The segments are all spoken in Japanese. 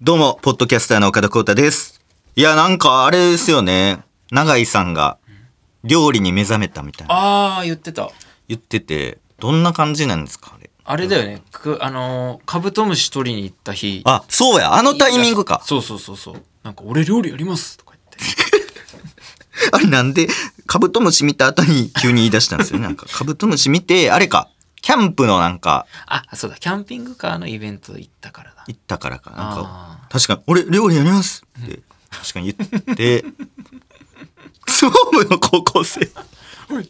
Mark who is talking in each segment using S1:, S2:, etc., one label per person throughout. S1: どうも、ポッドキャスターの岡田光太です。いや、なんかあれですよね。永井さんが料理に目覚めたみたいな
S2: ああ、言ってた。
S1: 言ってて、どんな感じなんですかあれ。
S2: あれだよね。くあのー、カブトムシ取りに行った日。
S1: あ、そうや、あのタイミングか。
S2: そうそうそうそう。なんか、俺料理やりますとか言 って。
S1: あれなんで、カブトムシ見た後に急に言い出したんですよね。なんか、カブトムシ見て、あれか、キャンプのなんか、
S2: あ、そうだ、キャンピングカーのイベント行ったからだ。
S1: 行ったからか。なんか
S2: あ、
S1: 確かに、俺、料理やりますって、確かに言って、相撲部の高校生、う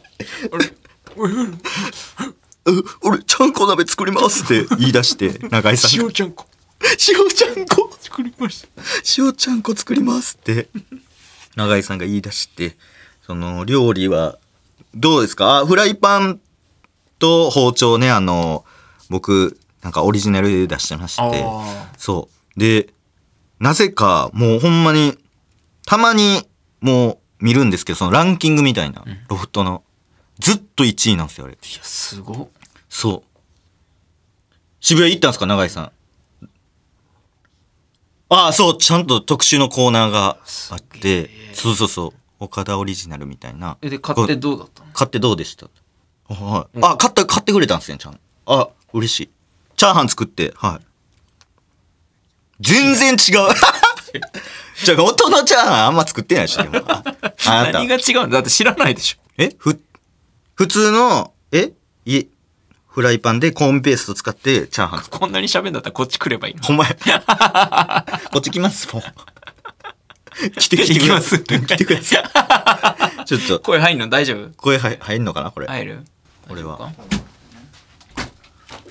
S1: 俺、ちゃんこ鍋作りますって言い出して、永井さんが。
S2: ちゃんこ
S1: 塩ちゃんこ
S2: 作りました。
S1: 塩ちゃんこ作りますって永井さんが言い出してその料理はどうですかあフライパンと包丁ねあの僕なんかオリジナルで出してまして
S2: あ
S1: そうでなぜかもうほんまにたまにもう見るんですけどそのランキングみたいなロフトのずっと1位なんですよあれ
S2: ーいや、すごっ。
S1: そう渋谷行ったんですか永井さんああそうちゃんと特集のコーナーがあっ
S2: すげ
S1: てそうそうそう岡田オリジナルみたいな
S2: え、で、買って
S1: こ
S2: どうだったの
S1: 買ってどうでしたあはい、あ買った買ってくれたんですねちゃんとあ嬉しいチャーハン作ってはい全然違う じゃあ音のチャーハンあんま作ってないしでもああなた
S2: 何が違うんだだって知らないでしょ。
S1: えふ、普通の、えい、フライパンでコーンペースト使ってチャーハン作る。
S2: こんなに喋んだったらこっち来ればいいの。
S1: ほんまや。 こっち来ます、もう。来て、来てください。
S2: 行きます
S1: 来てくださ い。ちょっと、
S2: 声入んの大丈夫
S1: 声は入んのかなこれ。
S2: 入る
S1: 俺は。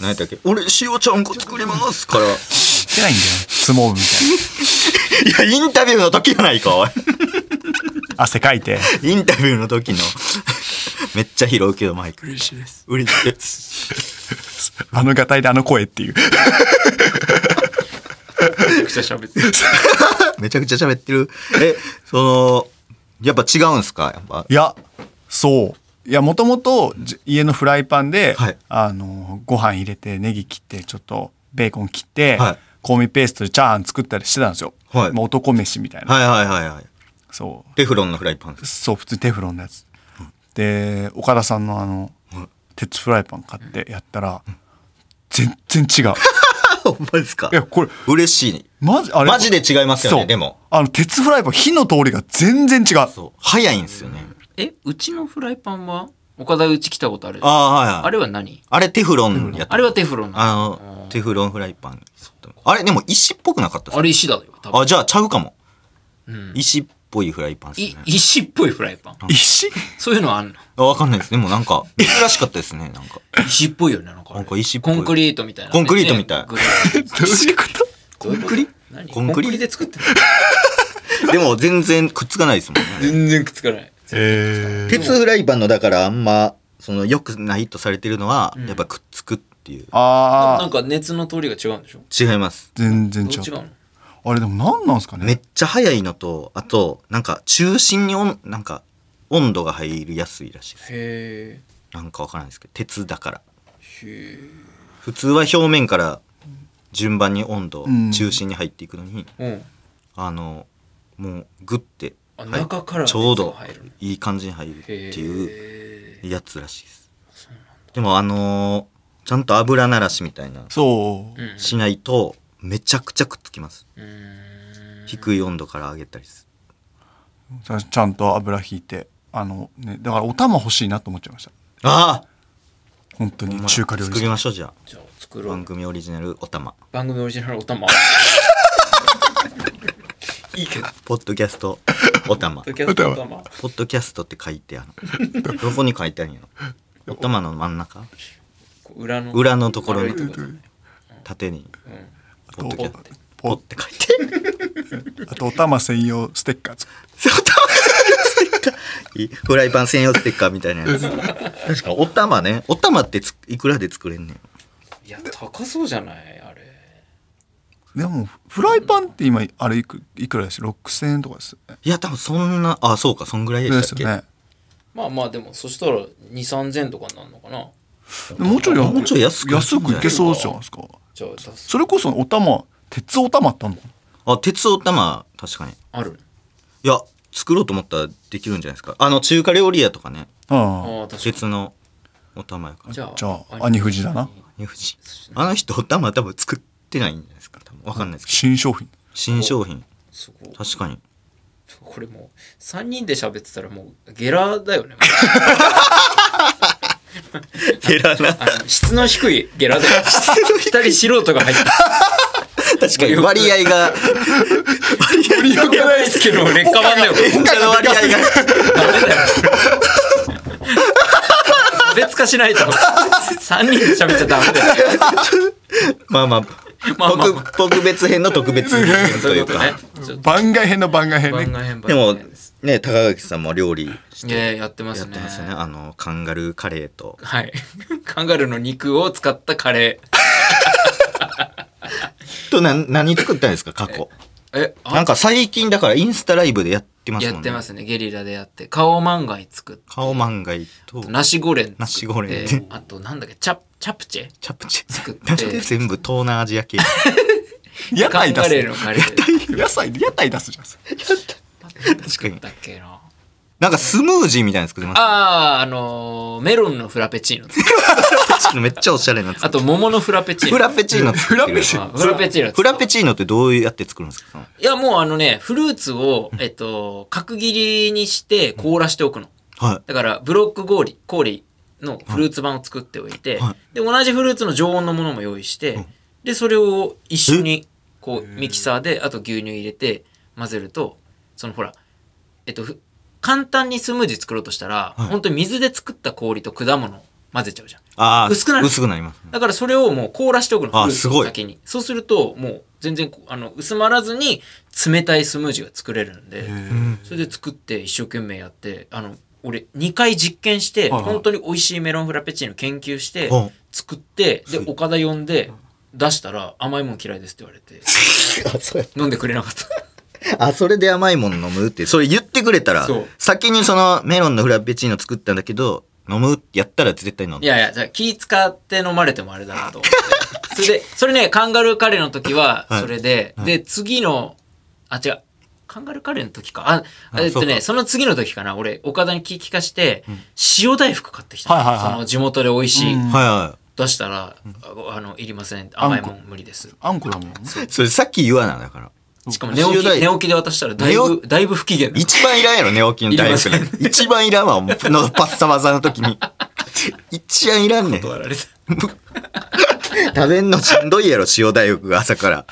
S1: 何やったっけ俺、塩ちゃんこ作りますから。い
S3: ってないんだよ。相撲部みたい
S1: や、インタビューの時やないか、おい。
S3: な。汗かいて。
S1: インタビューの時の。 めっちゃ拾うけど、マイク。
S2: 嬉しいです。
S1: うり
S3: あのがたいであの声っていう。
S2: めちゃくちゃ喋ってる。
S1: めちゃくちゃ喋ってる。え、その、やっぱ違うんすかやっぱ。
S3: いや、そう。いや、もともとじ家のフライパンで、
S1: はい
S3: あの、ご飯入れて、ネギ切って、ちょっとベーコン切って、
S1: はい
S3: 香味ペーストでチャーハン作ったりしてたんですよ。
S1: はい
S3: まあ男飯みたいな。
S1: はいはいはいはい。
S3: そ
S1: テフロンのフライパンで
S3: う。
S1: す。
S3: そう、普通にテフロンのやつ。で、岡田さんのあの、鉄フライパン買ってやったら、全然違う。
S1: ほんまですか
S3: いや、これ、
S1: 嬉しい。
S3: マジ、あれ
S1: マジで違いますよね、でも。。
S3: そうあの、鉄フライパン、火の通りが全然違う。
S1: そう。早いんですよね。
S2: え、うちのフライパンは岡田うち来たことある
S1: ああ、はいはい。
S2: あれは何
S1: あれテフロンやった。
S2: あれはテフロンなの
S1: あの、テフロンフライパン。あれ、でも石っぽくなかったっす
S2: あれ石だよ、多分。
S1: あ、じゃあちゃうかも。
S2: うん、
S1: 石っぽいフライパンです
S2: い
S1: ね。
S2: 石っぽいフライパン。
S3: 石
S2: そういうのあんの
S1: あ、わかんないです。でもなんか、珍しかったですね、なんか。
S2: 石っぽいよね、なんかあれ。
S1: なんか石っぽい
S2: コンクリートみたいな。
S1: コンクリートみたい
S2: ねグレー
S3: どういうこと
S2: どういう
S1: コ
S2: こと
S1: ンクリ
S2: 何
S1: コ
S2: コ
S1: ン
S2: ン
S1: ク
S2: ク
S1: リ
S2: リで作ってる
S1: でも全然くっつかないですもんね。
S2: 全然くっつかない。
S3: え
S1: 鉄フライパンのだからあんま、その、良くないとされてるのは、やっぱくっつくっていう。
S2: な
S3: あ
S2: んか熱の通りが違うんでしょ
S1: 違います。
S3: 全然
S2: どう
S3: 違
S2: 違う
S3: う
S2: の
S3: あれでも何なんすか
S1: め
S3: ね
S1: っちゃ早いのと、あと、なんか中心に温なんか温度が入りやすいらしいです。
S2: へ
S1: なんかわからないですけど、鉄だから。
S2: え。へ
S1: 普通は表面から順番に温度
S3: うん、
S1: 中心に入っていくのに、
S2: え。うん。
S1: あの、もうグッて、
S2: あ
S1: 入る
S2: 中から
S1: ちょう
S2: 熱
S1: ど
S2: が入るの
S1: いい感じに入るっていう
S2: へえ。
S1: やつらしいです。でもあのーちゃんと油ならしみたいな、
S3: そう、
S2: うん
S1: しないと、めちゃくちゃくっつきます。
S2: うーん。
S1: 低い温度から上げたりする。
S3: ちゃんと油引いてあのねだからお玉欲しいなと思っちゃいました
S1: ああ
S3: 本当に中華料理
S1: 作りましょうじゃあ。
S2: じゃあ作ろ
S1: 番
S2: う。
S1: 組オリジナルおたま。
S2: 番組オリジナルお玉。 いいけど。
S1: ポッドキャス トおたま。
S2: ポッドキャストお玉。
S1: ポッドキャストって書いてある。 どこに書いてあるんやろ。おたまの真ん中
S2: こう裏の。
S1: 裏のところに
S2: 丸いところね
S1: 縦に
S2: うん。
S1: ポッドキャスト。ポ
S3: ポ
S1: ッ
S3: ッ
S1: って書いて。
S3: あとお玉専用ステッカー作る
S1: おたま専用ステッカーいいフライパン専用ステッカーみたいなやつ。確かおたまね。おたまってついくらで作れんねん。
S2: いや、高そうじゃないあれ。
S3: でもフライパンって今あれいくいくらだし6000円とかですよね
S1: いや多分そんな、あ、そうか、そんぐらいで
S3: で
S1: した
S3: す
S1: っけ。
S3: よね
S2: まあまあでもそしたら2,3000とかになるのかな
S3: でももうちょい
S1: もうちょい安く
S3: 安くいけそうじゃないですか
S2: じゃあ出す
S3: それこそお玉鉄お玉ってあんの
S1: あ、鉄お玉、確かに。
S2: ある
S1: いや、作ろうと思ったらできるんじゃないですか。あの、中華料理屋とかね。
S3: ああ
S2: ああ確か
S1: 鉄のお玉やから。
S2: に
S1: じ
S2: じ
S1: ゃ
S2: ゃあ
S3: じゃあ兄藤だな
S1: あの人、お玉多分作ってないんじゃないですか。多分わかんないですけど。
S3: 新商品
S1: 新商品。
S2: すごい
S1: 確かに。
S2: これもう3人で喋ってたらもうゲラだよね
S1: ゲラな。
S2: あの質の低いゲラだ よ2人素人が入って
S1: 確か に。割合が、
S2: るよくないです けど劣化版だよ
S1: 演者の割合が。
S2: 差別化しないと3人で喋っちゃダメだよ
S1: まあまあ、
S2: まあまあ
S1: 特特別編の特別編と
S2: そう
S1: い
S2: いう
S1: う
S2: こと
S1: か。
S2: ねちょっと
S3: 番外編の番外編
S2: 番
S3: ね
S2: 外編番
S1: でも
S2: 外編です、
S1: ね、高垣さんも料理して
S2: いややってま
S1: や
S2: す
S1: っ
S2: ね
S1: てますよね。あの、カンガルーカレーと。
S2: はい カンガルーの肉を使ったカレー
S1: と、な、何作ったんですか、過去。
S2: えあ
S1: なんか最近だからインスタライブでやってますもんね。
S2: やってますねゲリラでやって顔万が一作って
S1: 顔漫画と、
S2: ナシゴレン作って
S1: ナシゴレン
S2: あとなんだっけチャチャプチェ
S1: チャプチェ。
S2: 作って
S1: なんで全部東南アジア系。
S3: 屋
S2: カ
S3: 台
S2: ンガレー
S3: 出
S2: のカレー
S3: す野菜屋台出すじゃん
S1: 確かに。
S2: だっけな
S1: なんかスムージーみたいなの作ってます。
S2: あああのーメロンのフラペチーノ
S1: めっちゃおしゃれなやつ
S2: あ。と桃のフラペチーノ
S1: フラペチーノ作ってる。
S3: フラペチー
S2: あフラペチーノ
S1: フラペチーノってどうやって作るんですか
S2: いやもうあのねフルーツをえっと角切りにして凍らしておくの
S1: は
S2: だからブロック氷氷のフルーツ版を作っておいて、
S1: はい
S2: で同じフルーツの常温のものも用意して、でそれを一緒にこうミキサーであと牛乳入れて混ぜるとそのほらえっとふ簡単にスムージー作ろうとしたら、
S1: はい
S2: 本当に水で作った氷と果物を混ぜちゃうじゃん
S1: い。ああ、
S2: 薄くなる
S1: 薄くなります。
S2: だからそれをもう凍らしておくの。
S1: あ
S2: フルーツ
S1: すごい
S2: 先に。そうすると、もう全然こうあの薄まらずに冷たいスムージーが作れるんで、それで作って一生懸命やって、あの、俺2回実験して、
S3: はいはい
S2: 本当に美味しいメロンフラペチーノ研究して
S1: うん、
S2: 作って、で、岡田呼んで、出したら甘いもん嫌いですって言わ れて、
S1: あ、そうや
S2: 飲んでくれなかった。
S1: あ、それで甘いもの飲むって、それ言ってくれたら
S2: そう、
S1: 先にそのメロンのフラペチーノ作ったんだけど、飲むってやったら絶対飲ん
S2: い
S1: で。
S2: やいや、じゃあ気使って飲まれてもあれだなと思って。それで、それね、カンガルーカレーの時は、
S1: はい
S2: それで、で、次の、あ、違う。カンガルーカレーの時か。あ、
S1: あ
S2: えっと
S1: そう
S2: ね、
S1: か
S2: その次の時かな、俺、岡田に聞き聞かして、塩大福買ってきた
S3: はいはい
S2: の。
S3: はい
S2: その地元で美味しい。
S3: うん
S1: はいは
S2: 出したら、ああの、いりません。甘いもん無理です。
S3: あんこだもん
S1: い。それさっき言わな、だから。
S2: しかも寝起
S1: 塩大
S2: き、
S1: 福
S2: 寝起きで渡したら、だい
S1: 寝
S2: ぶ、だいぶ不機嫌だ
S1: 一番いらんやろ、寝起きの大福なんか一番いらんわ、もうのパッサパサの時に。一番いらん ねん。
S2: 断られた。
S1: 食べんのしんどいやろ、塩大福が朝から。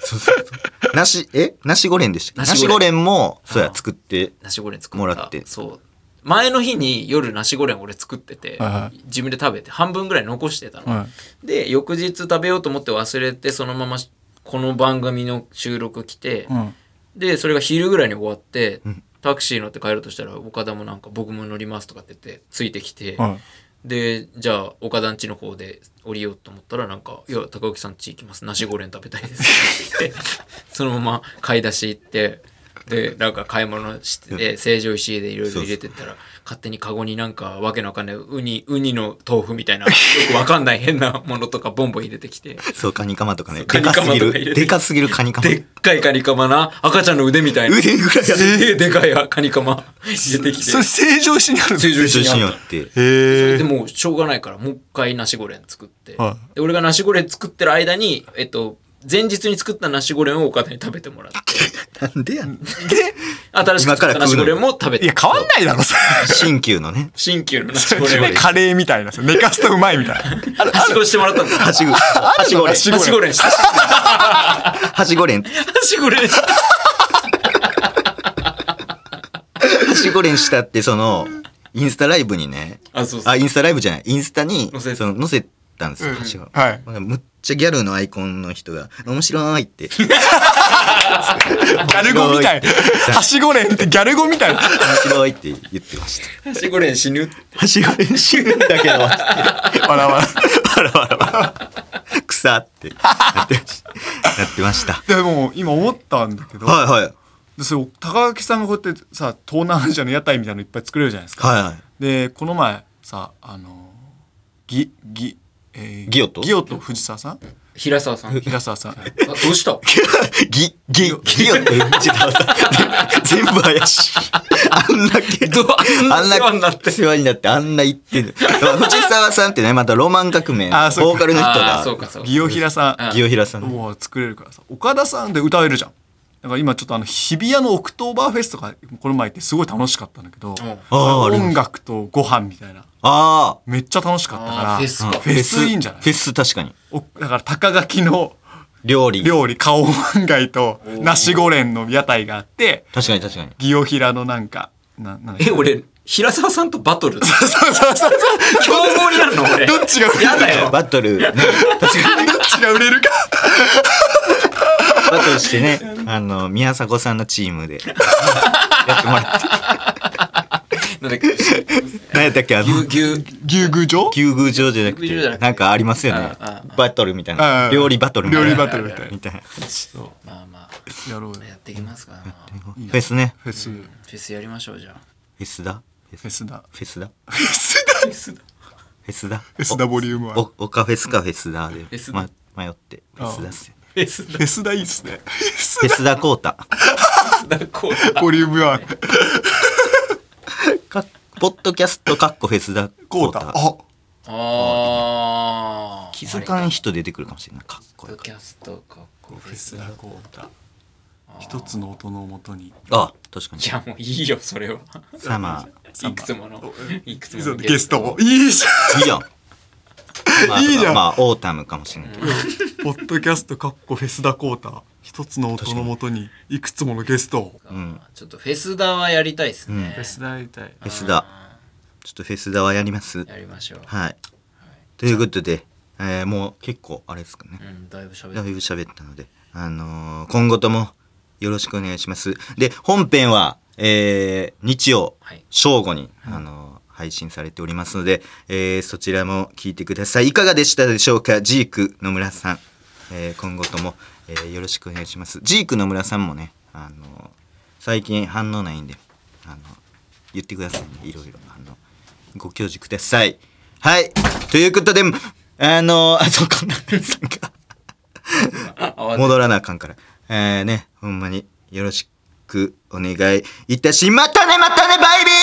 S1: そうそうそう。なし、えなしゴレンでしたっけな
S2: ナシ
S1: し
S2: ゴ
S1: ゴ
S2: レ
S1: レンも、そう
S2: う
S1: や、
S2: ん
S1: 作って。
S2: ナシゴレン作った
S1: もらって
S2: そう前の日に夜ナシゴレン俺作ってて、
S3: はいは
S2: 自分で食べて半分ぐらい残してたの、
S3: は
S2: で翌日食べようと思って忘れてそのままこの番組の収録来て、
S3: うん
S2: でそれが昼ぐらいに終わって、
S1: ん
S2: タクシー乗って帰ろうとしたら岡田もなんか僕も乗りますとかって言ってついてきて、
S3: はい
S2: でじゃあ岡田んちの方で降りようと思ったらなんか「いや高木さんち行きますナシゴレン食べたいです」って 言ってそのまま買い出し行ってでなんか買い物して成城石井でいろいろ入れてったら勝手にカゴになんかわけのわかんないウニウニの豆腐みたいなよくわかんない変なものとかボンボン入れて きて
S1: そう、カニカマとかね。
S2: カ
S1: でか
S2: ニカ
S1: す
S2: マ
S1: ぎ
S2: とか入れ
S1: る。
S2: て
S1: でかすぎるカニカマ。
S2: でっかいカニカマな赤ちゃんの腕みたいな
S1: 腕ぐらいある。
S2: すげえでかいカニカマ入れてきて
S3: それ成城石にあるの
S2: 成城
S1: 中
S2: 石にあ
S1: 心
S2: った
S1: よって。
S3: へ
S2: で
S3: え
S2: もうしょうがないからもう一回ナシゴレン作って、
S3: は
S2: で俺がナシゴレン作ってる間に、えっと、前日に作ったナシゴレンを岡田に食べてもらって
S1: なんでやねん。
S2: 新しく作ったナシゴレンも食べ
S3: いや
S2: て
S3: 変わんないだろそれ
S1: 新旧の ね。
S2: 新旧のナシゴレンを
S3: カレーみたいなさ寝かすとうまいみたい な
S2: はしごしてもらったんだ
S1: はしご、はしごれん。
S2: ナシゴレンしたナ
S1: はしごれん。
S2: シゴレンした
S1: はしごれんしたって、その、インスタライブにね。
S2: あそうそう
S1: あ、インスタライブじゃない。インスタに、
S2: 載せ
S1: その載せたんですよ、はしご。
S3: はい
S1: むっちゃギャルのアイコンの人が、面白いって。
S3: ギャル語みたいはしごれんってギャル語みたいな
S1: 面白いって言ってました。
S2: ナシゴレン死ぬ
S1: はしご練習んだけど、わら
S3: 笑わない
S1: わらわら。草ってなってました。なってました。
S3: でも今思ったんだけど
S1: はいはい。
S3: でそれ高垣さんがこうやってさ東南アジアの屋台みたいなのいっぱい作れるじゃないですか
S1: はいはい。
S3: でこの前さあのギギ、えー
S1: ギオと
S3: ギオと藤沢さん
S2: 平沢さん。あ
S3: 平沢さん
S2: どうした
S1: ギ、ギ、ギよって藤沢さん。全部怪しい。あんだけ、
S2: どうあんな世話になって
S1: 世話になって、あんな言ってる。まあ藤沢さんってね、またロマン革命の、
S3: あそうか
S1: ボーカルの人
S2: ああ、そう
S1: が、
S2: かそうか。
S3: ギオ平さん
S1: ギオヒラさんね。
S3: もう作れるからさ岡田さんで歌えるじゃんだから今ちょっとあの日比谷のオクトーバーフェスとかこの前行ってすごい楽しかったんだけど
S2: うん
S1: あーあります
S3: 音楽とご飯みたいな
S1: あ
S3: めっちゃ楽しかったから
S2: あーフェスか
S3: うん
S2: フ
S1: あ。
S3: フェスいいんじゃない
S1: フェス確かに。
S3: おだから高垣の
S1: 料理。
S3: 料理顔ンガイとナシゴレンの屋台があって
S1: 確かに確かに。
S3: ギオヒラのなんかななんだっけ
S2: え、俺、平沢さんとバトル
S3: そうそうそうそう
S2: 競合になるの俺。
S3: どっちが売れる
S2: やだ よ。
S1: バトル、ね、
S3: どっちが売れるか
S1: バトルしてね、あの、宮迫さんのチー ムで、やってもらって。
S2: なんだっけ
S1: 何やったっけあの、
S2: 牛、牛、
S3: 牛宮城
S1: 牛宮城じゃなく
S2: 牛宮城じゃな
S1: て、
S2: くて
S1: なんかありますよね
S2: あああ。
S1: バトルみたいな。
S3: うん
S1: 料理バトルみたい
S3: 料
S1: な。
S3: 理バトルみたいな
S1: みたいな。
S2: まあま
S3: やろうよ
S2: あ、やっていきますからな。
S1: フ
S2: フ
S1: ェスね。
S3: フェスフ
S2: ェスやりましょうじゃあ。
S1: フェスだ。フ
S3: ェスだ
S1: フェスだ。
S3: フェスだ
S2: フェスだ。
S1: フェスだ。
S3: フェスだボリュームは
S1: お
S3: フ
S1: おおかフェスかフェスだで
S2: ェス、だ
S1: ま、迷って。フェスだっすよね。
S2: フェスだ。
S3: ェスだいいっすねフェス
S1: フェスだコータ。
S2: こうだ
S3: ボリュームは
S1: かポッドキャストかっこフェスだ
S3: こ
S1: コ
S3: う
S1: ー
S3: だ
S1: タ。
S3: あ
S2: ああ。
S1: 気づかん人出てくるかもしれない。かっこ
S2: ポッ
S1: よ
S2: ド
S1: か
S2: キャストかっこフ
S3: フ
S2: ェ
S3: ェス
S2: ス
S3: だ
S2: だ。
S3: こうだ一つの音のもとに
S1: ああ、確かに
S2: い。やもういいよそれは。
S1: サマ
S2: いくつものいくつも
S3: そ
S2: の
S3: うゲストもいいじゃ
S1: ー。いいじゃん。まあ
S3: いいじゃん
S1: まあ、オータムかもしれないけど。
S3: んポッドキャストかっこフェスだこうだ一つの音のもとにいくつものゲストを
S2: ゲストがちょっとフェスだはやりたいですね。
S3: フェスだみたい
S1: フェスだ。ちょっとフェスだはやります。
S2: やりましょう。
S1: はい。ということで、えーもう結構あれですかね
S2: う。んだいぶ喋
S1: だ
S2: っ
S1: いぶ喋ったので、あのー今後ともよろしくお願いします。で、本編は、えー日曜、
S2: はい
S1: 正午に、あのー配信されておりますので、えーそちらも聞いてください。いかがでしたでしょうかジーク野村さん。えー今後とも、えーよろしくお願いします。ジーク野村さんもね、あのー最近反応ないんで、あの言ってくださいね。いろいろ、あのご教示ください。はい。ということで、あのーあ、そうか、野村さんが。
S2: た。あわ
S1: 戻らなあかんから。えー、ね、ほんまによろしくお願いいたし、またねまたねバイビー